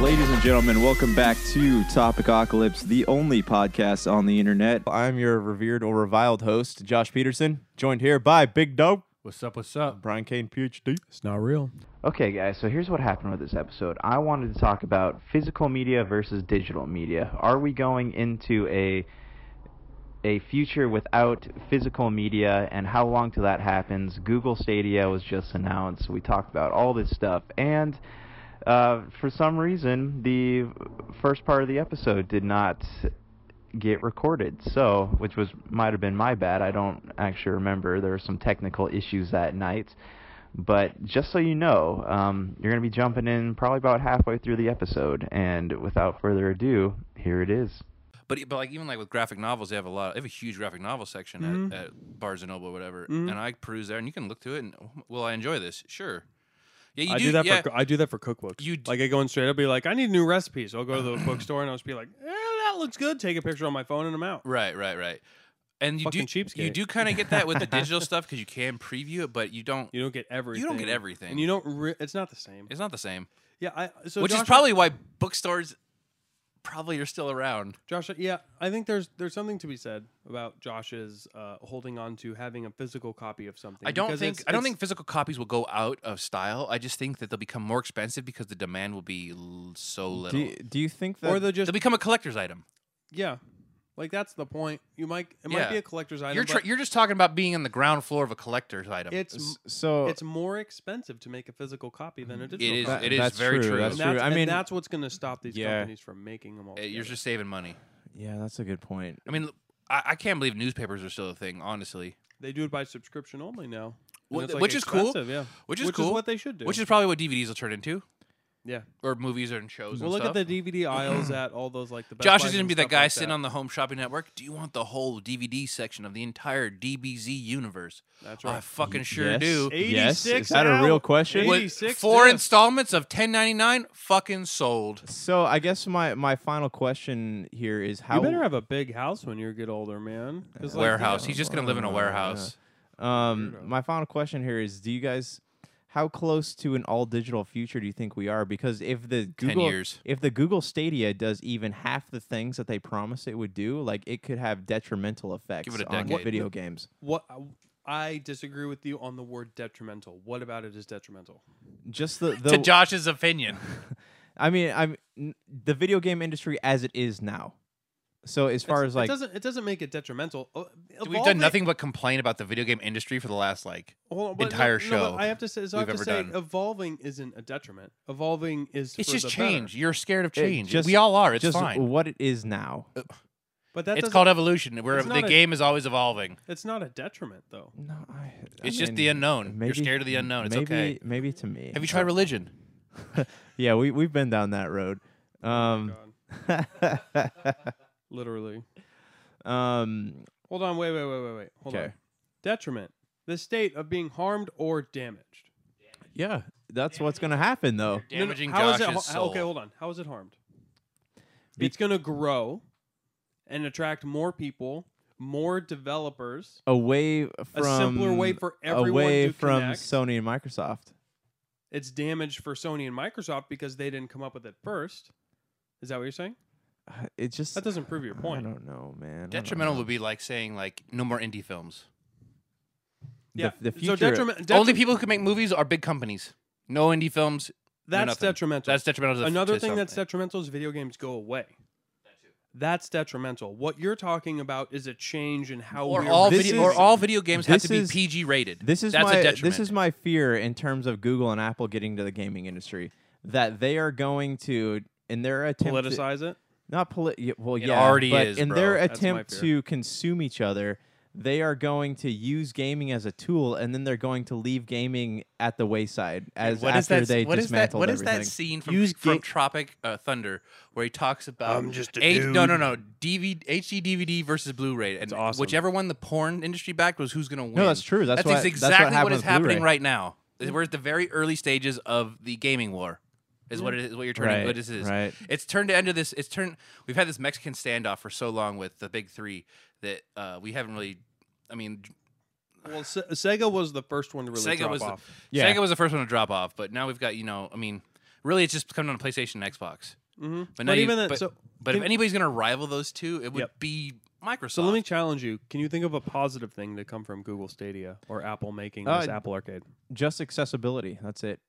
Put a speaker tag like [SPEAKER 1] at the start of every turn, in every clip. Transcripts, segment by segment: [SPEAKER 1] Ladies and gentlemen, welcome back to Topicocalypse, the only podcast on the internet.
[SPEAKER 2] I'm your revered or reviled host, Josh Peterson, joined here by Big Dope,
[SPEAKER 3] What's up? What's up?
[SPEAKER 2] Brian Kane, PhD.
[SPEAKER 4] It's not real.
[SPEAKER 5] Okay, guys, so here's what happened with this episode. I wanted to talk about physical media versus digital media. Are we going into a a future without physical media and how long till that happens? Google Stadia was just announced. We talked about all this stuff and uh, for some reason, the first part of the episode did not get recorded. So, which was might have been my bad. I don't actually remember. There were some technical issues that night. But just so you know, um, you're going to be jumping in probably about halfway through the episode. And without further ado, here it is.
[SPEAKER 6] But e- but like even like with graphic novels, they have a lot. They have a huge graphic novel section
[SPEAKER 4] Mhm.
[SPEAKER 6] at, at Barnes and Noble, or whatever.
[SPEAKER 4] Mhm.
[SPEAKER 6] And I peruse there, and you can look to it. And "Oh, will I enjoy this? Sure. Yeah, you
[SPEAKER 4] I
[SPEAKER 6] do.
[SPEAKER 4] do, that
[SPEAKER 6] yeah,
[SPEAKER 4] for for I do that for cookbooks.
[SPEAKER 6] You d-
[SPEAKER 4] like I go in straight. I'll be like, I need new recipes. I'll go to the bookstore and I'll just be like, eh, that looks good. Take a picture on my phone and I'm out.
[SPEAKER 6] right, right, right. And you do
[SPEAKER 4] Fucking cheapskate.
[SPEAKER 6] you do kind of get that with the digital stuff because you can preview it, but you don't.
[SPEAKER 4] You don't get everything.
[SPEAKER 6] get everything.
[SPEAKER 4] And you don't. Re- it's not the same.
[SPEAKER 6] It's not the same,
[SPEAKER 4] yeah. I, so
[SPEAKER 6] which
[SPEAKER 4] Josh,
[SPEAKER 6] is probably why bookstores probably are still around.
[SPEAKER 4] Josh. Yeah, I think there's there's something to be said about Josh's uh, holding on to having a physical copy of something.
[SPEAKER 6] I don't
[SPEAKER 4] because
[SPEAKER 6] think
[SPEAKER 4] it's-
[SPEAKER 6] I don't
[SPEAKER 4] it's-
[SPEAKER 6] think physical copies will go out of style. I just think that they'll become more expensive because the demand will be l- so
[SPEAKER 2] Do
[SPEAKER 6] little.
[SPEAKER 2] you, do you think that
[SPEAKER 4] Or the just
[SPEAKER 6] they'll become a collector's item.
[SPEAKER 4] yeah, like that's the point. You might it might
[SPEAKER 6] Yeah.
[SPEAKER 4] be a collector's item.
[SPEAKER 6] You're tr-
[SPEAKER 4] but
[SPEAKER 6] you're just talking about being on the ground floor of a collector's item.
[SPEAKER 4] it's m-
[SPEAKER 2] S- so
[SPEAKER 4] it's more expensive to make a physical copy than a digital.
[SPEAKER 6] is-
[SPEAKER 4] copy.
[SPEAKER 6] it is
[SPEAKER 2] that's
[SPEAKER 6] very true.
[SPEAKER 2] That's
[SPEAKER 4] And
[SPEAKER 2] true.
[SPEAKER 4] that's,
[SPEAKER 2] I
[SPEAKER 4] and
[SPEAKER 2] mean,
[SPEAKER 4] that's what's going to stop these
[SPEAKER 2] yeah.
[SPEAKER 4] companies from making them all.
[SPEAKER 6] Uh, You're
[SPEAKER 4] together.
[SPEAKER 6] just saving money.
[SPEAKER 2] yeah, that's a good point.
[SPEAKER 6] I mean, I, I can't believe newspapers are still a thing, honestly.
[SPEAKER 4] they do it by subscription only now, And
[SPEAKER 6] Wh-
[SPEAKER 4] it's, like,
[SPEAKER 6] which is cool.
[SPEAKER 4] expensive, Yeah,
[SPEAKER 6] Which is cool.
[SPEAKER 4] what they should do.
[SPEAKER 6] Which is probably what DVDs will turn into,
[SPEAKER 4] yeah.
[SPEAKER 6] or movies and shows.
[SPEAKER 4] Well,
[SPEAKER 6] and
[SPEAKER 4] look
[SPEAKER 6] stuff.
[SPEAKER 4] at the DVD aisles at all those like the. Best
[SPEAKER 6] Josh
[SPEAKER 4] Buys
[SPEAKER 6] is going to
[SPEAKER 4] and
[SPEAKER 6] be that
[SPEAKER 4] stuff
[SPEAKER 6] guy
[SPEAKER 4] like
[SPEAKER 6] sitting on the Home Shopping Network. Do you want the whole DVD section of the entire DBZ universe?
[SPEAKER 4] That's
[SPEAKER 6] I
[SPEAKER 4] right.
[SPEAKER 6] fucking sure
[SPEAKER 2] yes.
[SPEAKER 6] do.
[SPEAKER 2] Yes. Is
[SPEAKER 4] 86
[SPEAKER 2] that a real
[SPEAKER 4] out.
[SPEAKER 2] question?
[SPEAKER 6] What,
[SPEAKER 4] 86
[SPEAKER 6] four
[SPEAKER 4] discs.
[SPEAKER 6] installments of ten ninety nine. Fucking sold.
[SPEAKER 2] So I guess my my final question here is how
[SPEAKER 4] you better have a big house when you get older, man. 'Cause, like,
[SPEAKER 6] warehouse. He's just going to live in a
[SPEAKER 2] uh,
[SPEAKER 6] warehouse.
[SPEAKER 2] Um, my final question here is: Do you guys, how close to an all digital future do you think we are? Because if the Google,
[SPEAKER 6] years.
[SPEAKER 2] if the Google Stadia does even half the things that they promised it would do, like it could have detrimental effects
[SPEAKER 6] Give it a
[SPEAKER 2] on
[SPEAKER 6] decade.
[SPEAKER 2] video games.
[SPEAKER 4] What I disagree with you on the word detrimental. What about it is detrimental?
[SPEAKER 2] Just the, the
[SPEAKER 6] to Josh's opinion,
[SPEAKER 2] I mean, I'm n- the video game industry as it is now. So as far
[SPEAKER 4] It's-
[SPEAKER 2] as like,
[SPEAKER 4] it doesn't it doesn't make it detrimental. Uh, of
[SPEAKER 6] we've
[SPEAKER 4] all
[SPEAKER 6] done
[SPEAKER 4] the-
[SPEAKER 6] nothing but complain about the video game industry for the last like
[SPEAKER 4] Hold on, but
[SPEAKER 6] entire
[SPEAKER 4] no, no, but
[SPEAKER 6] show
[SPEAKER 4] I have to say, so I have
[SPEAKER 6] we've
[SPEAKER 4] to
[SPEAKER 6] ever
[SPEAKER 4] say,
[SPEAKER 6] done.
[SPEAKER 4] evolving isn't a detriment. Evolving is
[SPEAKER 6] It's
[SPEAKER 4] for
[SPEAKER 6] just
[SPEAKER 4] the
[SPEAKER 6] change.
[SPEAKER 4] better.
[SPEAKER 6] You're scared of
[SPEAKER 2] it
[SPEAKER 6] change.
[SPEAKER 2] just-
[SPEAKER 6] we all are. It's
[SPEAKER 2] just
[SPEAKER 6] fine.
[SPEAKER 2] what it is now.
[SPEAKER 4] Uh, But that
[SPEAKER 6] it's
[SPEAKER 4] doesn't-
[SPEAKER 6] called evolution. Where
[SPEAKER 4] it's
[SPEAKER 6] the
[SPEAKER 4] not a-
[SPEAKER 6] game is always evolving.
[SPEAKER 4] It's not a detriment though.
[SPEAKER 2] No, I, I
[SPEAKER 6] It's just the
[SPEAKER 2] mean,
[SPEAKER 6] unknown. You're
[SPEAKER 2] maybe-
[SPEAKER 6] scared of the unknown. It's
[SPEAKER 2] maybe,
[SPEAKER 6] okay.
[SPEAKER 2] Maybe to me.
[SPEAKER 6] Have you tried
[SPEAKER 2] Uh,
[SPEAKER 6] religion?
[SPEAKER 2] yeah, we we've been down that road.
[SPEAKER 4] Oh
[SPEAKER 2] Um,
[SPEAKER 4] God, literally.
[SPEAKER 2] um,
[SPEAKER 4] Hold on. Wait. Wait. Wait. Wait. Wait. Hold
[SPEAKER 2] Okay.
[SPEAKER 4] on. Detriment: the state of being harmed or damaged.
[SPEAKER 2] yeah, that's what's gonna happen though.
[SPEAKER 4] No, no,
[SPEAKER 6] Damaging
[SPEAKER 4] how is
[SPEAKER 6] Josh's
[SPEAKER 4] it, har-
[SPEAKER 6] soul.
[SPEAKER 4] Okay. Hold on. How is it harmed?
[SPEAKER 2] Be-
[SPEAKER 4] it's going to grow and attract more people, more developers.
[SPEAKER 2] Away from
[SPEAKER 4] a simpler way for everyone
[SPEAKER 2] away
[SPEAKER 4] to
[SPEAKER 2] from
[SPEAKER 4] connect.
[SPEAKER 2] Sony and Microsoft.
[SPEAKER 4] it's damaged for Sony and Microsoft because they didn't come up with it first. Is that what you're saying?
[SPEAKER 2] Uh, It just
[SPEAKER 4] That doesn't prove your
[SPEAKER 2] I
[SPEAKER 4] point.
[SPEAKER 2] don't know, man. I don't
[SPEAKER 6] Detrimental
[SPEAKER 2] know.
[SPEAKER 6] would be like saying like no more indie films.
[SPEAKER 2] The-
[SPEAKER 4] yeah.
[SPEAKER 2] The,
[SPEAKER 4] so
[SPEAKER 2] future.
[SPEAKER 4] detriment,
[SPEAKER 6] Only
[SPEAKER 4] detri-
[SPEAKER 6] people who can make movies are big companies. No indie films.
[SPEAKER 4] that's
[SPEAKER 6] nothing.
[SPEAKER 4] detrimental.
[SPEAKER 6] That's detrimental. To the-
[SPEAKER 4] Another
[SPEAKER 6] to
[SPEAKER 4] thing that's
[SPEAKER 6] something.
[SPEAKER 4] detrimental is video games go away. That's detrimental. What you're talking about is a change in how
[SPEAKER 6] or
[SPEAKER 4] we're
[SPEAKER 6] all
[SPEAKER 2] This
[SPEAKER 6] video
[SPEAKER 2] is-
[SPEAKER 6] or all video games have
[SPEAKER 2] this
[SPEAKER 6] to be
[SPEAKER 2] is-
[SPEAKER 6] PG rated.
[SPEAKER 2] This is
[SPEAKER 6] that's
[SPEAKER 2] my
[SPEAKER 6] a detriment.
[SPEAKER 2] this is my fear in terms of Google and Apple getting to the gaming industry that they are going to in their attempt to-
[SPEAKER 4] politicize it.
[SPEAKER 2] not polit well
[SPEAKER 6] It
[SPEAKER 2] yeah
[SPEAKER 6] already
[SPEAKER 2] but
[SPEAKER 6] is,
[SPEAKER 2] in
[SPEAKER 6] bro.
[SPEAKER 2] their
[SPEAKER 4] That's my
[SPEAKER 2] attempt
[SPEAKER 4] fear.
[SPEAKER 2] to consume each other they are going to use gaming as a tool and then they're going to leave gaming at the wayside as
[SPEAKER 6] What is
[SPEAKER 2] after
[SPEAKER 6] that?
[SPEAKER 2] they
[SPEAKER 6] what is that?
[SPEAKER 2] dismantled
[SPEAKER 6] What is
[SPEAKER 2] everything
[SPEAKER 6] that scene from,
[SPEAKER 4] Use
[SPEAKER 6] from
[SPEAKER 4] ga-
[SPEAKER 6] Tropic uh, Thunder where he talks about H- no no no DVD HD DVD versus Blu-ray and
[SPEAKER 4] awesome.
[SPEAKER 6] whichever one the porn industry backed was who's gonna win.
[SPEAKER 2] that's true. That's why-
[SPEAKER 6] ex-
[SPEAKER 2] that's what
[SPEAKER 6] exactly
[SPEAKER 2] happened
[SPEAKER 6] is
[SPEAKER 2] with
[SPEAKER 6] happening
[SPEAKER 2] Blu-ray.
[SPEAKER 6] right now. Is We're at the very early stages of the gaming war. Is what it is. What you're turning.
[SPEAKER 2] Right,
[SPEAKER 6] what this is.
[SPEAKER 2] right.
[SPEAKER 6] It's turned into this. It's turned. We've had this Mexican standoff for so long with the big three that uh, we haven't really I mean,
[SPEAKER 4] Well, Se- Sega was the first one to really
[SPEAKER 6] Sega
[SPEAKER 4] drop
[SPEAKER 6] was the-
[SPEAKER 4] off.
[SPEAKER 2] Yeah.
[SPEAKER 6] Sega was the first one to drop off, but now we've got you know, I mean, really, it's just come down to PlayStation and Xbox.
[SPEAKER 4] Mhm.
[SPEAKER 6] But,
[SPEAKER 4] But
[SPEAKER 6] now you-
[SPEAKER 4] even then,
[SPEAKER 6] but,
[SPEAKER 4] so-
[SPEAKER 6] but if
[SPEAKER 4] can-
[SPEAKER 6] anybody's gonna rival those two, it would
[SPEAKER 4] Yep.
[SPEAKER 6] be Microsoft.
[SPEAKER 4] So let me challenge you. Can you think of a positive thing to come from Google Stadia or Apple making
[SPEAKER 2] Uh,
[SPEAKER 4] this Apple Arcade?
[SPEAKER 2] Just accessibility. That's it.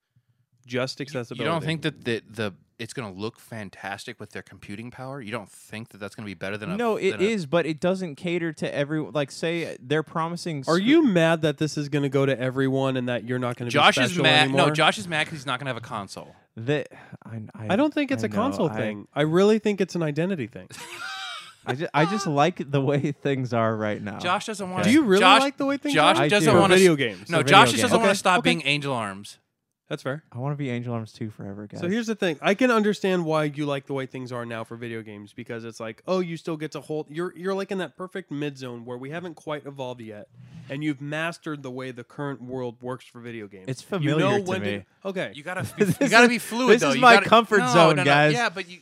[SPEAKER 4] Just
[SPEAKER 6] You
[SPEAKER 4] accessibility.
[SPEAKER 6] don't think that the, the it's gonna look fantastic with their computing power? You don't think that that's gonna be better than a
[SPEAKER 2] No, it
[SPEAKER 6] than a-
[SPEAKER 2] is, but it doesn't cater to everyone. Like, say they're promising.
[SPEAKER 4] Are
[SPEAKER 2] sc-
[SPEAKER 4] you mad that this is going to go to everyone and that you're not going to
[SPEAKER 6] Josh
[SPEAKER 4] be
[SPEAKER 6] is
[SPEAKER 4] special
[SPEAKER 6] mad.
[SPEAKER 4] anymore?
[SPEAKER 6] No, Josh is mad because he's not gonna have a console.
[SPEAKER 2] That I, I,
[SPEAKER 4] I don't think it's
[SPEAKER 2] a
[SPEAKER 4] a console thing. I really think it's an identity thing.
[SPEAKER 2] I just, I just like the way things are right now.
[SPEAKER 6] Josh doesn't want.
[SPEAKER 4] Oh, Do you really
[SPEAKER 6] Josh,
[SPEAKER 4] like the way things
[SPEAKER 6] Josh
[SPEAKER 4] are?
[SPEAKER 2] I
[SPEAKER 6] doesn't
[SPEAKER 2] do.
[SPEAKER 6] want to
[SPEAKER 4] video games.
[SPEAKER 6] No,
[SPEAKER 2] For
[SPEAKER 6] Josh
[SPEAKER 2] video
[SPEAKER 6] just doesn't
[SPEAKER 2] games.
[SPEAKER 6] want
[SPEAKER 4] Okay,
[SPEAKER 6] to stop
[SPEAKER 4] okay.
[SPEAKER 6] being Angel Arms.
[SPEAKER 4] That's fair.
[SPEAKER 2] I want to be Angel Arms two forever, guys.
[SPEAKER 4] So here's the thing. I can understand why you like the way things are now for video games because it's like, oh, you still get to hold you're you're like in that perfect mid zone where we haven't quite evolved yet and you've mastered the way way the current world works for video games.
[SPEAKER 2] It's
[SPEAKER 4] you
[SPEAKER 2] familiar
[SPEAKER 4] know
[SPEAKER 2] to
[SPEAKER 4] when
[SPEAKER 2] me.
[SPEAKER 4] To, okay.
[SPEAKER 6] You gotta, be, you
[SPEAKER 2] This
[SPEAKER 6] gotta
[SPEAKER 2] is-
[SPEAKER 6] be fluid.
[SPEAKER 2] this
[SPEAKER 6] though.
[SPEAKER 2] is
[SPEAKER 6] You
[SPEAKER 2] my
[SPEAKER 6] gotta-
[SPEAKER 2] comfort
[SPEAKER 6] no,
[SPEAKER 2] zone,
[SPEAKER 6] no, no.
[SPEAKER 2] guys.
[SPEAKER 6] Yeah, but you,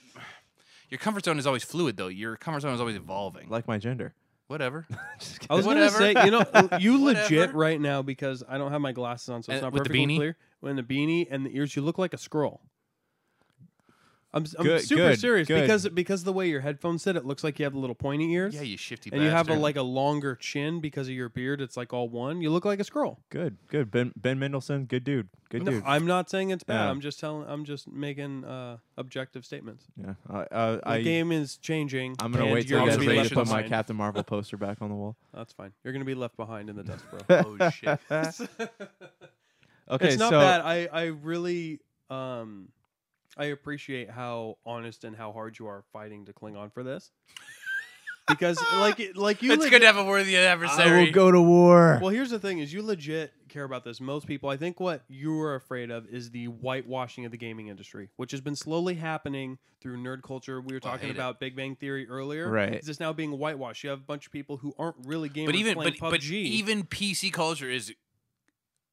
[SPEAKER 6] your comfort zone is always fluid, though. Your comfort zone is always evolving.
[SPEAKER 2] like my gender.
[SPEAKER 6] Whatever.
[SPEAKER 4] I was
[SPEAKER 6] Whatever.
[SPEAKER 4] gonna say, you know, you legit
[SPEAKER 6] Whatever.
[SPEAKER 4] right now because I don't have my glasses on, so it's
[SPEAKER 6] And
[SPEAKER 4] not
[SPEAKER 6] with the
[SPEAKER 4] perfectly
[SPEAKER 6] beanie?
[SPEAKER 4] clear. When the beanie and the ears, you look like a scroll. I'm, I'm
[SPEAKER 2] Good,
[SPEAKER 4] super
[SPEAKER 2] good,
[SPEAKER 4] serious
[SPEAKER 2] good.
[SPEAKER 4] because because the way your headphones sit, it looks like you have little pointy ears.
[SPEAKER 6] Yeah, you shifty.
[SPEAKER 4] and you have a,
[SPEAKER 6] bastard.
[SPEAKER 4] like a longer chin because of your beard. It's like all one. You look like a scroll.
[SPEAKER 2] Good, good. Ben Ben Mendelsohn, good dude, good
[SPEAKER 4] No,
[SPEAKER 2] dude.
[SPEAKER 4] I'm not saying it's bad.
[SPEAKER 2] Yeah.
[SPEAKER 4] I'm just telling. I'm just making uh, objective statements.
[SPEAKER 2] yeah, I- uh,
[SPEAKER 4] The
[SPEAKER 2] I
[SPEAKER 4] game is changing.
[SPEAKER 2] I'm gonna
[SPEAKER 4] and
[SPEAKER 2] wait
[SPEAKER 4] you're
[SPEAKER 2] till you guys
[SPEAKER 4] gonna be
[SPEAKER 2] are ready
[SPEAKER 4] left
[SPEAKER 2] to put my
[SPEAKER 4] behind.
[SPEAKER 2] Captain Marvel poster back on the wall.
[SPEAKER 4] That's fine. You're gonna be left behind in the dust, bro.
[SPEAKER 6] Oh shit.
[SPEAKER 2] Okay,
[SPEAKER 4] it's not
[SPEAKER 2] so
[SPEAKER 4] bad. I I really um I appreciate how honest and how hard you are fighting to cling on for this. because like it- like you
[SPEAKER 6] it's
[SPEAKER 4] legit-
[SPEAKER 6] good to have a worthy adversary.
[SPEAKER 2] go to war.
[SPEAKER 4] well, here's the thing: is you legit care about this. Most people, I think, what you are afraid of is the whitewashing of the gaming industry, which has been slowly happening through nerd culture. We were
[SPEAKER 6] Well, Oh, I
[SPEAKER 4] talking
[SPEAKER 6] hate it.
[SPEAKER 4] about Big Bang Theory earlier.
[SPEAKER 2] Right.
[SPEAKER 4] Is this now being whitewashed? You have a bunch of people who aren't really gamers
[SPEAKER 6] but even but,
[SPEAKER 4] playing PUBG.
[SPEAKER 6] but even PC culture is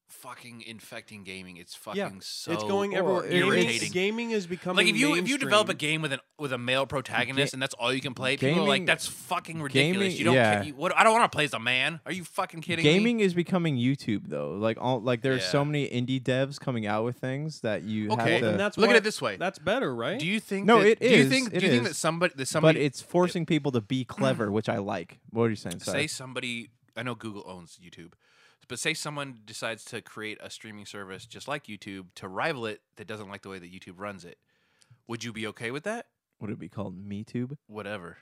[SPEAKER 6] fucking infecting gaming. It's fucking so
[SPEAKER 4] it's going everywhere. Gaming,
[SPEAKER 6] irritating.
[SPEAKER 4] gaming is becoming
[SPEAKER 6] like if you if you develop a
[SPEAKER 4] mainstream.
[SPEAKER 6] game with an with a male protagonist and that's all you can play, people are like
[SPEAKER 2] gaming-
[SPEAKER 6] that's fucking ridiculous.
[SPEAKER 2] gaming-
[SPEAKER 6] you don't
[SPEAKER 2] yeah.
[SPEAKER 6] ca- you, what I don't want to play as a man. Are you fucking kidding me?
[SPEAKER 2] Gaming is becoming YouTube though. Like all like there's
[SPEAKER 6] Yeah.
[SPEAKER 2] so many indie devs coming out with things that you
[SPEAKER 6] Okay.
[SPEAKER 2] have to.
[SPEAKER 4] and that's
[SPEAKER 6] Look at
[SPEAKER 4] why-
[SPEAKER 6] it this way.
[SPEAKER 4] That's better, right?
[SPEAKER 6] Do you think
[SPEAKER 2] No,
[SPEAKER 6] that,
[SPEAKER 2] it
[SPEAKER 6] Do you
[SPEAKER 2] is,
[SPEAKER 6] think
[SPEAKER 2] it
[SPEAKER 6] do you think
[SPEAKER 2] is.
[SPEAKER 6] that somebody that
[SPEAKER 2] but
[SPEAKER 6] somebody
[SPEAKER 2] it's forcing people to be clever, which I like. What are you saying? Sorry.
[SPEAKER 6] say somebody I know Google owns YouTube, but say someone decides to create a streaming service just like YouTube to rival it that doesn't like the way that YouTube runs it. Would you be okay with that?
[SPEAKER 2] Would it be called MeTube?
[SPEAKER 6] Whatever.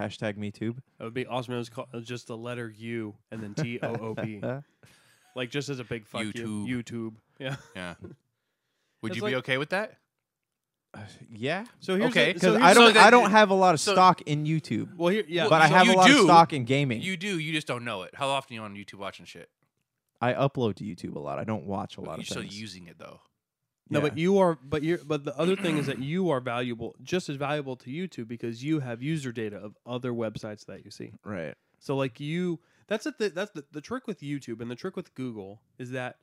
[SPEAKER 2] Hashtag MeTube.
[SPEAKER 4] It would be awesome. It was called, just the letter U and then T O O P, like just as a big fuck you. YouTube. Yeah.
[SPEAKER 6] Yeah. Would
[SPEAKER 4] It's
[SPEAKER 6] you
[SPEAKER 4] like-
[SPEAKER 6] be okay with that?
[SPEAKER 2] Yeah,
[SPEAKER 4] So here's
[SPEAKER 6] Okay,
[SPEAKER 4] the, so
[SPEAKER 2] because
[SPEAKER 4] here's
[SPEAKER 2] I don't.
[SPEAKER 4] The,
[SPEAKER 2] I don't have a lot of
[SPEAKER 6] so-
[SPEAKER 2] stock in YouTube,
[SPEAKER 4] well, here, yeah.
[SPEAKER 2] but I
[SPEAKER 6] so
[SPEAKER 2] have a
[SPEAKER 6] you
[SPEAKER 2] lot of
[SPEAKER 6] do-
[SPEAKER 2] stock in gaming.
[SPEAKER 6] You do. You just don't know it. How often are you on YouTube watching shit?
[SPEAKER 2] I upload to YouTube a lot. I don't watch a lot
[SPEAKER 6] You're
[SPEAKER 2] of
[SPEAKER 6] still
[SPEAKER 2] things.
[SPEAKER 6] using it though.
[SPEAKER 4] no,
[SPEAKER 2] yeah.
[SPEAKER 4] but you are. But you. are But the other thing is that you are valuable, just as valuable to YouTube because you have user data of other websites that you see.
[SPEAKER 2] right.
[SPEAKER 4] So like you, that's the that's the, the trick with YouTube and the trick with Google is that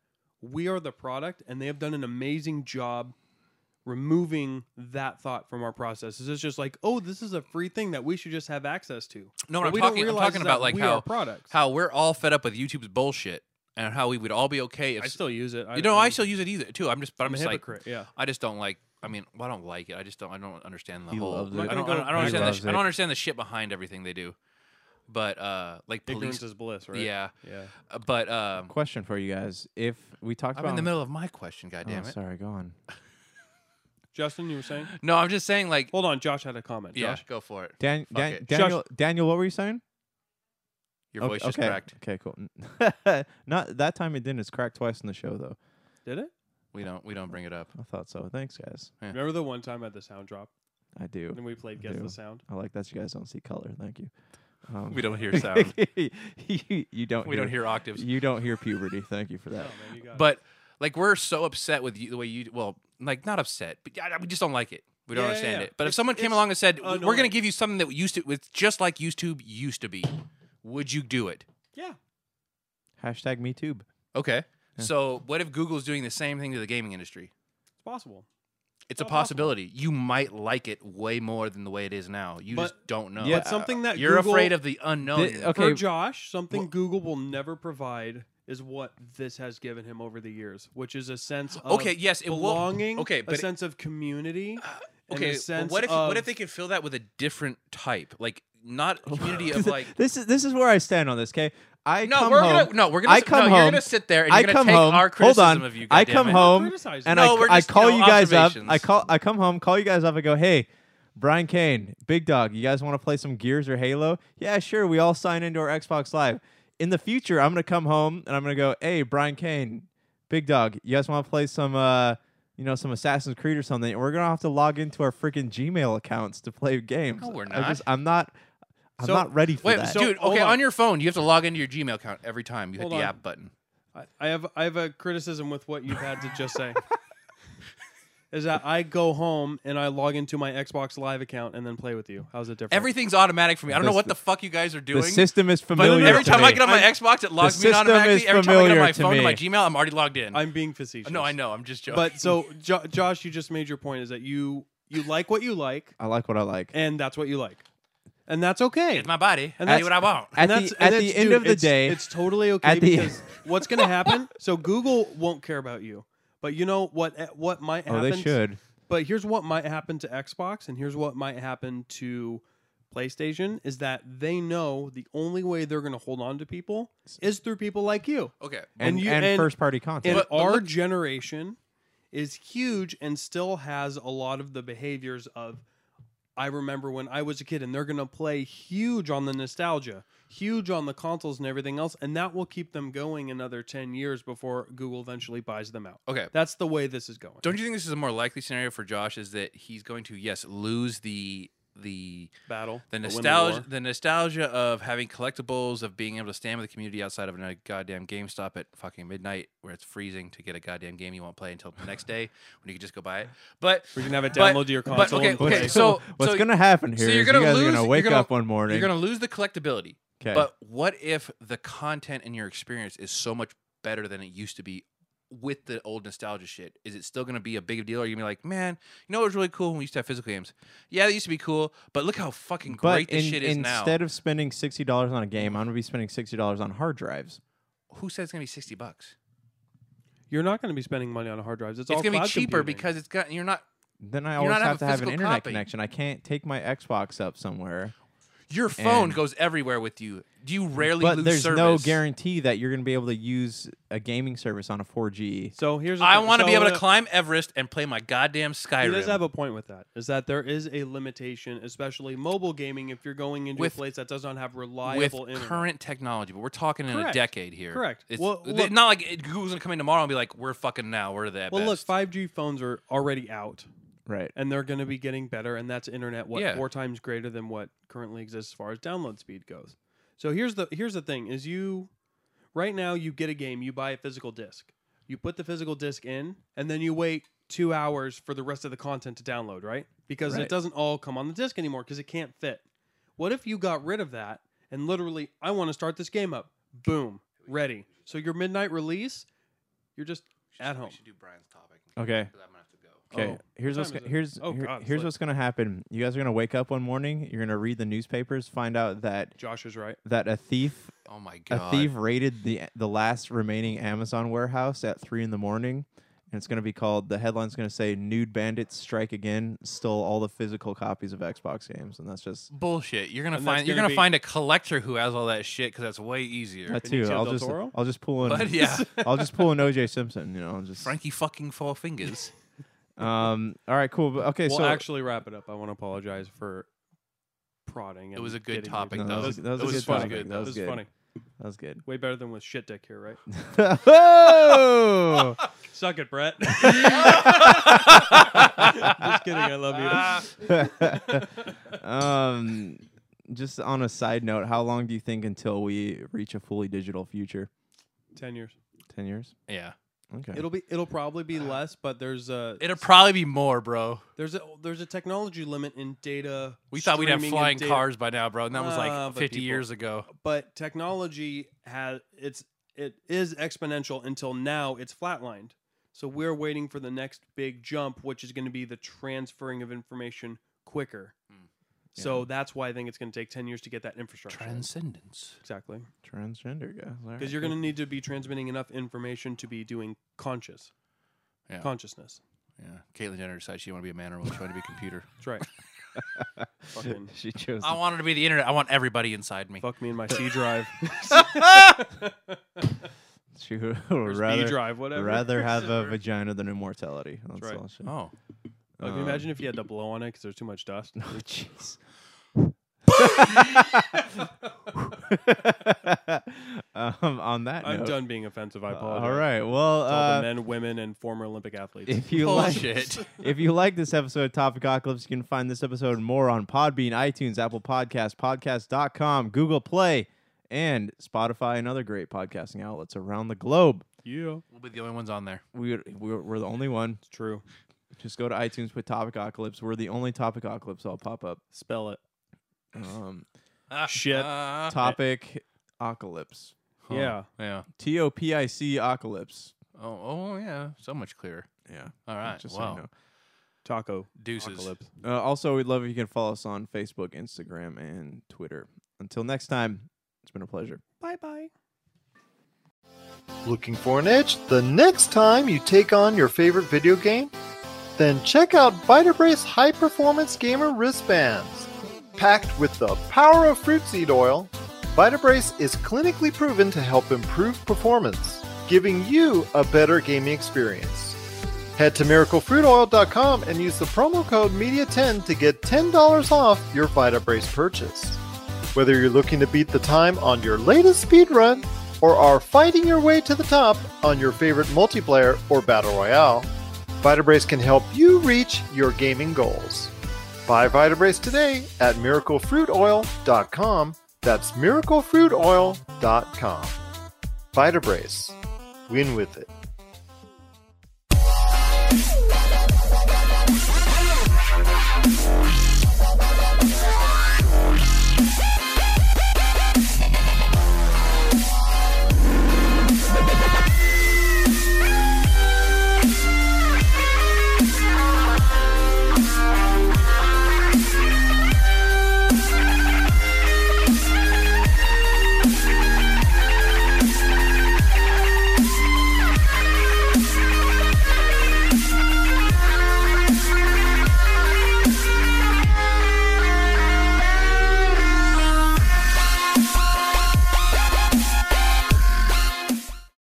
[SPEAKER 4] we are the product, and they have done an amazing job removing that thought from our processes. It's just like, oh, this is a free thing that we should just have access to.
[SPEAKER 6] No,
[SPEAKER 4] What
[SPEAKER 6] I'm
[SPEAKER 4] we don't
[SPEAKER 6] talking. I'm
[SPEAKER 4] realize
[SPEAKER 6] talking
[SPEAKER 4] is
[SPEAKER 6] about
[SPEAKER 4] that
[SPEAKER 6] like
[SPEAKER 4] we
[SPEAKER 6] how
[SPEAKER 4] are products.
[SPEAKER 6] how we're all fed up with YouTube's bullshit and how we would all be okay if
[SPEAKER 4] I still use it. I,
[SPEAKER 6] you know I
[SPEAKER 4] I'm-
[SPEAKER 6] still use it either too. I'm just but I'm,
[SPEAKER 4] I'm a
[SPEAKER 6] just like
[SPEAKER 4] hypocrite. yeah.
[SPEAKER 6] I just don't like. I mean, well, I don't like it. I just don't. I don't understand the
[SPEAKER 2] He
[SPEAKER 6] whole.
[SPEAKER 2] loves
[SPEAKER 6] I
[SPEAKER 2] it.
[SPEAKER 6] don't. I don't,
[SPEAKER 4] Go-
[SPEAKER 6] I don't
[SPEAKER 4] He
[SPEAKER 6] understand. The
[SPEAKER 2] loves
[SPEAKER 6] sh- I don't
[SPEAKER 2] it.
[SPEAKER 6] understand the shit behind everything they do. But uh, like police.
[SPEAKER 4] Ignorance is bliss, right?
[SPEAKER 6] Yeah.
[SPEAKER 4] Yeah.
[SPEAKER 6] uh, But um,
[SPEAKER 2] Question for you guys: If we talked
[SPEAKER 6] I'm
[SPEAKER 2] about
[SPEAKER 6] in the middle of my question. God
[SPEAKER 2] Oh,
[SPEAKER 6] damn it.
[SPEAKER 2] sorry, go on.
[SPEAKER 4] Justin, you were saying?
[SPEAKER 6] No, I'm just saying like.
[SPEAKER 4] Hold on, Josh had a comment.
[SPEAKER 6] yeah,
[SPEAKER 4] Josh.
[SPEAKER 6] go for it.
[SPEAKER 2] Dan,
[SPEAKER 6] Fuck
[SPEAKER 2] Dan,
[SPEAKER 6] it.
[SPEAKER 2] Daniel, Daniel, what were you saying? Oh,
[SPEAKER 6] Your voice just
[SPEAKER 2] okay.
[SPEAKER 6] cracked.
[SPEAKER 2] Okay, cool. Not that time it didn't. It's cracked twice in the show though.
[SPEAKER 4] Did it?
[SPEAKER 6] We don't. We don't bring it up.
[SPEAKER 2] I thought so. Thanks, guys.
[SPEAKER 4] Remember the one time at the sound drop
[SPEAKER 2] I do.
[SPEAKER 4] and we played Guess
[SPEAKER 2] do.
[SPEAKER 4] the Sound?
[SPEAKER 2] I like that you guys don't see color. Thank you. Um,
[SPEAKER 6] We don't hear sound.
[SPEAKER 2] you, you don't.
[SPEAKER 6] we don't hear octaves.
[SPEAKER 2] You don't hear puberty. Thank you for
[SPEAKER 4] Oh,
[SPEAKER 2] that.
[SPEAKER 4] man, you got it.
[SPEAKER 6] But like we're so upset with you, the way you. Well, like not upset, but yeah, we just don't like it. We don't
[SPEAKER 4] Yeah, yeah,
[SPEAKER 6] understand
[SPEAKER 4] yeah.
[SPEAKER 6] it. But if
[SPEAKER 4] It's-
[SPEAKER 6] someone came
[SPEAKER 4] it's
[SPEAKER 6] along and said, "We're going to
[SPEAKER 4] annoying.
[SPEAKER 6] give you something that used to, it's just like YouTube used to be," would you do it?
[SPEAKER 4] yeah.
[SPEAKER 2] Hashtag MeTube.
[SPEAKER 6] Okay. So what if Google's doing the same thing to the gaming industry?
[SPEAKER 4] It's possible.
[SPEAKER 6] It's a possibility. You might like it way more than the way it is now. You
[SPEAKER 4] But-
[SPEAKER 6] just don't know.
[SPEAKER 4] but something that
[SPEAKER 6] You're
[SPEAKER 4] Google-
[SPEAKER 6] afraid of the unknown.
[SPEAKER 2] Th- okay.
[SPEAKER 4] For Josh, something
[SPEAKER 6] Well-
[SPEAKER 4] Google will never provide is what this has given him over the years, which is a sense of
[SPEAKER 6] Okay, yes, it will-
[SPEAKER 4] belonging,
[SPEAKER 6] okay,
[SPEAKER 4] a
[SPEAKER 6] but-
[SPEAKER 4] sense of community. and a
[SPEAKER 6] Okay, but
[SPEAKER 4] sense
[SPEAKER 6] what if what if
[SPEAKER 4] of-
[SPEAKER 6] they could fill that with a different type, like not a community of like.
[SPEAKER 2] this is this is where I stand on this. Okay, I
[SPEAKER 6] No,
[SPEAKER 2] come
[SPEAKER 6] we're
[SPEAKER 2] home.
[SPEAKER 6] gonna no, we're gonna
[SPEAKER 2] I
[SPEAKER 6] s-
[SPEAKER 2] come
[SPEAKER 6] no, You're
[SPEAKER 2] home.
[SPEAKER 6] gonna sit there and
[SPEAKER 2] I
[SPEAKER 6] you're gonna
[SPEAKER 2] come
[SPEAKER 6] take
[SPEAKER 2] home.
[SPEAKER 6] our
[SPEAKER 2] hold
[SPEAKER 6] criticism
[SPEAKER 2] on.
[SPEAKER 6] of you.
[SPEAKER 2] I
[SPEAKER 6] goddammit.
[SPEAKER 2] come home
[SPEAKER 4] Criticize
[SPEAKER 2] and
[SPEAKER 4] me.
[SPEAKER 2] I,
[SPEAKER 6] No, we're
[SPEAKER 2] I
[SPEAKER 6] just,
[SPEAKER 2] call
[SPEAKER 6] you
[SPEAKER 2] you,
[SPEAKER 6] know,
[SPEAKER 2] guys up. I
[SPEAKER 6] observations.
[SPEAKER 2] call I come home, call you guys up. I go, hey, Brian Kane, Big Dog, you guys want to play some Gears or Halo? Yeah, sure. We all sign into our Xbox Live. In the future, I'm gonna come home and I'm gonna go, hey, Brian Kane, Big Dog, you guys want to play some? uh you know, some Assassin's Creed or something. We're gonna have to log into our freaking Gmail accounts to play games.
[SPEAKER 6] No, we're
[SPEAKER 2] I
[SPEAKER 6] not.
[SPEAKER 2] just, I'm not. I'm
[SPEAKER 4] So-
[SPEAKER 2] not ready for
[SPEAKER 6] Wait,
[SPEAKER 2] that.
[SPEAKER 4] so-
[SPEAKER 6] dude.
[SPEAKER 4] hold
[SPEAKER 6] Okay,
[SPEAKER 4] on.
[SPEAKER 6] on. your phone, you have to log into your Gmail account every time you hit
[SPEAKER 4] Hold
[SPEAKER 6] the
[SPEAKER 4] on.
[SPEAKER 6] app button.
[SPEAKER 4] I- I have I have a criticism with what you've had to just say. Is that I go home and I log into my Xbox Live account and then play with you? How's it different?
[SPEAKER 6] Everything's automatic for me. I don't know
[SPEAKER 2] This-
[SPEAKER 6] what the fuck you guys are
[SPEAKER 2] the
[SPEAKER 6] doing.
[SPEAKER 2] system is
[SPEAKER 6] but
[SPEAKER 2] familiar.
[SPEAKER 6] every
[SPEAKER 2] to
[SPEAKER 6] time I
[SPEAKER 2] me.
[SPEAKER 6] get on my Xbox, it logs me in
[SPEAKER 2] system
[SPEAKER 6] automatically.
[SPEAKER 2] is
[SPEAKER 6] Every time I get on
[SPEAKER 2] familiar
[SPEAKER 6] my
[SPEAKER 2] to
[SPEAKER 6] phone to my
[SPEAKER 2] me.
[SPEAKER 6] Gmail, I'm already logged in.
[SPEAKER 4] I'm being facetious.
[SPEAKER 6] no, I know. I'm just joking.
[SPEAKER 4] But so, jo- Josh, you just made your point: is that you you like what you like,
[SPEAKER 2] I like what I like.
[SPEAKER 4] and that's what you like, and that's okay.
[SPEAKER 6] it's my body.
[SPEAKER 4] And
[SPEAKER 6] I
[SPEAKER 4] that's-
[SPEAKER 6] do what I want.
[SPEAKER 2] At
[SPEAKER 4] And
[SPEAKER 2] the,
[SPEAKER 4] and
[SPEAKER 2] at the
[SPEAKER 4] that's-
[SPEAKER 2] end
[SPEAKER 4] dude,
[SPEAKER 2] of the
[SPEAKER 4] it's-
[SPEAKER 2] day,
[SPEAKER 4] it's totally okay
[SPEAKER 2] at the-
[SPEAKER 4] because what's going to happen? So Google won't care about you, but you know what? eh, What might
[SPEAKER 2] oh,
[SPEAKER 4] happen?
[SPEAKER 2] they should.
[SPEAKER 4] But here's what might happen to Xbox, and here's what might happen to PlayStation: is that they know the only way they're going to hold on to people is through people like you.
[SPEAKER 6] Okay.
[SPEAKER 2] And,
[SPEAKER 4] And you-
[SPEAKER 2] and,
[SPEAKER 4] and-
[SPEAKER 2] first party
[SPEAKER 4] And
[SPEAKER 2] content.
[SPEAKER 6] But- but
[SPEAKER 4] our
[SPEAKER 6] look-
[SPEAKER 4] generation is huge and still has a lot of the behaviors of I remember when I was a kid and they're going to play huge on the nostalgia, huge on the consoles and everything else and that will keep them going another 10 years before Google eventually buys them out.
[SPEAKER 6] Okay.
[SPEAKER 4] That's the way this is going.
[SPEAKER 6] Don't you think this is a more likely scenario for Josh? Is that he's going to yes lose the the
[SPEAKER 4] battle.
[SPEAKER 6] the
[SPEAKER 4] but win
[SPEAKER 6] nostalgia
[SPEAKER 4] war.
[SPEAKER 6] the nostalgia of having collectibles of being able to stand with the community outside of a goddamn GameStop at fucking midnight where it's freezing to get a goddamn game you won't play until the next day when you can just go buy it. But
[SPEAKER 4] We can have it
[SPEAKER 6] but-
[SPEAKER 4] download to your
[SPEAKER 6] but,
[SPEAKER 4] console.
[SPEAKER 6] okay,
[SPEAKER 4] and play.
[SPEAKER 6] okay, so-
[SPEAKER 2] what's
[SPEAKER 6] so-
[SPEAKER 2] going to happen
[SPEAKER 6] so
[SPEAKER 2] here
[SPEAKER 6] you're
[SPEAKER 2] is
[SPEAKER 6] gonna
[SPEAKER 2] you guys
[SPEAKER 6] lose-
[SPEAKER 2] are
[SPEAKER 6] you're
[SPEAKER 2] going to wake
[SPEAKER 6] gonna-
[SPEAKER 2] up one morning.
[SPEAKER 6] you're going to lose the collectability.
[SPEAKER 2] 'Kay.
[SPEAKER 6] But what if the content in your experience is so much better than it used to be with the old nostalgia shit? Is it still going to be a big deal? Or are you going to be like, man, you know what was really cool when we used to have physical games? Yeah, that used to be cool, but look how fucking
[SPEAKER 2] but
[SPEAKER 6] great this
[SPEAKER 2] in-
[SPEAKER 6] shit is now.
[SPEAKER 2] instead of spending sixty dollars on a game, I'm going to be spending sixty dollars on hard drives.
[SPEAKER 6] Who said it's going to be 60 bucks?
[SPEAKER 4] You're not going to be spending money on hard drives. It's,
[SPEAKER 6] It's,
[SPEAKER 4] all
[SPEAKER 6] going to be
[SPEAKER 4] cloud
[SPEAKER 6] cheaper
[SPEAKER 4] computing.
[SPEAKER 6] because it's got, you're not,
[SPEAKER 2] Then I always
[SPEAKER 6] You're not
[SPEAKER 2] have,
[SPEAKER 6] have a
[SPEAKER 2] to have an
[SPEAKER 6] physical
[SPEAKER 2] internet
[SPEAKER 6] copy.
[SPEAKER 2] connection. I can't take my Xbox up somewhere.
[SPEAKER 6] your phone
[SPEAKER 2] And-
[SPEAKER 6] goes everywhere with you. You rarely
[SPEAKER 2] But
[SPEAKER 6] lose
[SPEAKER 2] there's
[SPEAKER 6] service.
[SPEAKER 2] no guarantee that you're going to be able to use a gaming service on a 4G.
[SPEAKER 4] So here's the
[SPEAKER 6] I
[SPEAKER 4] thing.
[SPEAKER 6] want to be
[SPEAKER 4] So,
[SPEAKER 6] able to
[SPEAKER 4] uh,
[SPEAKER 6] climb Everest and play my goddamn Skyrim.
[SPEAKER 4] He does have a point with that. Is that there is a limitation, especially mobile gaming, if you're going into
[SPEAKER 6] With-
[SPEAKER 4] a place that does not have
[SPEAKER 6] with
[SPEAKER 4] reliable internet.
[SPEAKER 6] current technology, but we're talking in a
[SPEAKER 4] Correct.
[SPEAKER 6] decade here.
[SPEAKER 4] Correct.
[SPEAKER 6] It's
[SPEAKER 4] Well,
[SPEAKER 6] th-
[SPEAKER 4] look-
[SPEAKER 6] not like it, Google's gonna come in tomorrow and be like, "We're fucking now. We're the
[SPEAKER 4] well,
[SPEAKER 6] best."
[SPEAKER 4] look, 5G phones are already out,
[SPEAKER 2] Right.
[SPEAKER 4] and they're going to be getting better, and that's internet what
[SPEAKER 6] Yeah.
[SPEAKER 4] four times greater than what currently exists as far as download speed goes. So here's the here's the thing: is you right now you get a game, you buy a physical disc, you put the physical disc in, and then you wait two hours for the rest of the content to download, right? Because
[SPEAKER 2] Right.
[SPEAKER 4] it doesn't all come on the disc anymore because it can't fit. What if you got rid of that and literally, I want to start this game up, boom, ready. So your midnight release, you're just at home.
[SPEAKER 6] do Brian's topic
[SPEAKER 2] Okay.
[SPEAKER 6] I'm gonna have to go.
[SPEAKER 2] Okay.
[SPEAKER 4] Oh,
[SPEAKER 2] here's
[SPEAKER 4] what
[SPEAKER 2] what's
[SPEAKER 4] time
[SPEAKER 2] go-
[SPEAKER 4] is it?
[SPEAKER 2] here's
[SPEAKER 4] Oh,
[SPEAKER 2] here-
[SPEAKER 4] God, it's
[SPEAKER 2] here's
[SPEAKER 4] late.
[SPEAKER 2] what's gonna happen. You guys are gonna wake up one morning. You're gonna read the newspapers, find out that
[SPEAKER 4] Josh is right.
[SPEAKER 2] that a thief
[SPEAKER 6] Oh my god.
[SPEAKER 2] a thief raided the the last remaining Amazon warehouse at three in the morning, and it's gonna be called. The headline's gonna say "Nude Bandits Strike Again," stole all the physical copies of Xbox games, and that's just
[SPEAKER 6] Bullshit. You're gonna
[SPEAKER 4] And that's
[SPEAKER 6] find you're
[SPEAKER 4] gonna
[SPEAKER 6] gonna
[SPEAKER 4] be-
[SPEAKER 6] find a collector who has all that shit because that's way easier.
[SPEAKER 2] that too.
[SPEAKER 4] Benicio
[SPEAKER 2] I'll
[SPEAKER 4] del
[SPEAKER 2] just
[SPEAKER 4] Toro?
[SPEAKER 2] I'll just pull in
[SPEAKER 6] but yeah,
[SPEAKER 2] I'll just pull in OJ Simpson. You know, I'll just
[SPEAKER 6] Frankie fucking Four Fingers.
[SPEAKER 2] um. All right, cool. But, okay,
[SPEAKER 4] we'll
[SPEAKER 2] so
[SPEAKER 4] actually wrap it up. I want to apologize for prodding.
[SPEAKER 6] It was
[SPEAKER 4] and
[SPEAKER 6] a good
[SPEAKER 4] getting you-
[SPEAKER 6] topic,
[SPEAKER 2] No,
[SPEAKER 6] though.
[SPEAKER 2] that was, that was
[SPEAKER 6] That
[SPEAKER 2] a
[SPEAKER 6] was
[SPEAKER 2] good
[SPEAKER 6] funny.
[SPEAKER 2] topic.
[SPEAKER 6] Good.
[SPEAKER 2] That
[SPEAKER 4] That
[SPEAKER 2] was,
[SPEAKER 4] was
[SPEAKER 2] good.
[SPEAKER 4] funny.
[SPEAKER 2] That was good.
[SPEAKER 4] Way better than with shit dick here, right?
[SPEAKER 2] oh!
[SPEAKER 4] Suck it, Brett. Just kidding. I love you.
[SPEAKER 2] um, just on a side note, how long do you think until we reach a fully digital future?
[SPEAKER 4] Ten years.
[SPEAKER 2] Ten years?
[SPEAKER 6] yeah,
[SPEAKER 2] Okay.
[SPEAKER 4] It'll be. It'll probably be less, but there's a
[SPEAKER 6] it'll probably be more, bro.
[SPEAKER 4] there's a there's a technology limit in data.
[SPEAKER 6] We thought we'd have
[SPEAKER 4] streaming and
[SPEAKER 6] flying
[SPEAKER 4] data-
[SPEAKER 6] cars by now, bro, and that was like
[SPEAKER 4] Ah, but
[SPEAKER 6] 50
[SPEAKER 4] people-
[SPEAKER 6] years ago.
[SPEAKER 4] but technology has it's it is exponential until now it's flatlined So we're waiting for the next big jump, which is going to be the transferring of information quicker.
[SPEAKER 6] Hmm.
[SPEAKER 4] So that's why I think it's going to take 10 years to get that infrastructure. in.
[SPEAKER 6] Transcendence.
[SPEAKER 4] exactly.
[SPEAKER 2] Transgender guys.
[SPEAKER 4] Because you're going to need to be transmitting enough information to be doing conscious
[SPEAKER 6] Yeah.
[SPEAKER 4] consciousness.
[SPEAKER 6] yeah. Caitlyn Jenner decides she want to be a man or wants she want to be a computer.
[SPEAKER 4] That's right. Fucking
[SPEAKER 1] she chose.
[SPEAKER 6] I wanted to be the internet. I want everybody inside me.
[SPEAKER 4] fuck me in my C drive.
[SPEAKER 2] She would would
[SPEAKER 4] Rather,
[SPEAKER 2] rather
[SPEAKER 4] drive, whatever.
[SPEAKER 2] rather have a vagina than immortality. That's,
[SPEAKER 4] right.
[SPEAKER 2] all she.
[SPEAKER 6] Oh,
[SPEAKER 4] Like, imagine if you had
[SPEAKER 2] uh,
[SPEAKER 4] to blow on it because there's too much dust.
[SPEAKER 2] Oh jeez. um, on that
[SPEAKER 4] I'm
[SPEAKER 2] note,
[SPEAKER 4] done being offensive. I
[SPEAKER 2] uh,
[SPEAKER 4] apologize.
[SPEAKER 2] all right. Well,
[SPEAKER 4] To all the
[SPEAKER 2] uh,
[SPEAKER 4] men, women, and former Olympic athletes.
[SPEAKER 2] if you like,
[SPEAKER 6] bullshit.
[SPEAKER 2] if you like this episode of Topic Apocalypse, you can find this episode and more on Podbean, iTunes, Apple Podcasts, Podcast.com, Google Play, and Spotify and other great podcasting outlets around the globe.
[SPEAKER 4] yeah,
[SPEAKER 6] we'll be the only ones on there.
[SPEAKER 2] We, we're, we're the only one.
[SPEAKER 4] it's true.
[SPEAKER 2] Just go to iTunes, put Topic Apocalypse. We're the only Topic Apocalypse. I'll pop up.
[SPEAKER 4] Spell it.
[SPEAKER 2] Um,
[SPEAKER 4] Shit.
[SPEAKER 6] Ah,
[SPEAKER 2] topic Apocalypse.
[SPEAKER 6] huh.
[SPEAKER 4] Yeah.
[SPEAKER 6] Yeah.
[SPEAKER 2] T O P I C Apocalypse.
[SPEAKER 6] Oh, oh, yeah. So much clearer.
[SPEAKER 2] Yeah.
[SPEAKER 6] All right.
[SPEAKER 2] Just
[SPEAKER 6] wow.
[SPEAKER 2] so you know.
[SPEAKER 4] Taco.
[SPEAKER 6] Deuces.
[SPEAKER 4] Apocalypse.
[SPEAKER 2] Uh, also, we'd love if you can follow us on Facebook, Instagram, and Twitter. Until next time, it's been a pleasure.
[SPEAKER 4] Bye bye.
[SPEAKER 3] Looking for an edge the next time you take on your favorite video game? Then check out Vitabrace High Performance Gamer Wristbands. Packed with the power of fruit seed oil, Vitabrace is clinically proven to help improve performance, giving you a better gaming experience. Head to miraclefruitoil.com and use the promo code MEDIA10 to get $10 off your Vitabrace purchase. Whether you're looking to beat the time on your latest speedrun or are fighting your way to the top on your favorite multiplayer or battle royale, Vitabrace can help you reach your gaming goals. Buy Vitabrace today at miraclefruitoil.com. That's miraclefruitoil.com. Vitabrace. Win with it.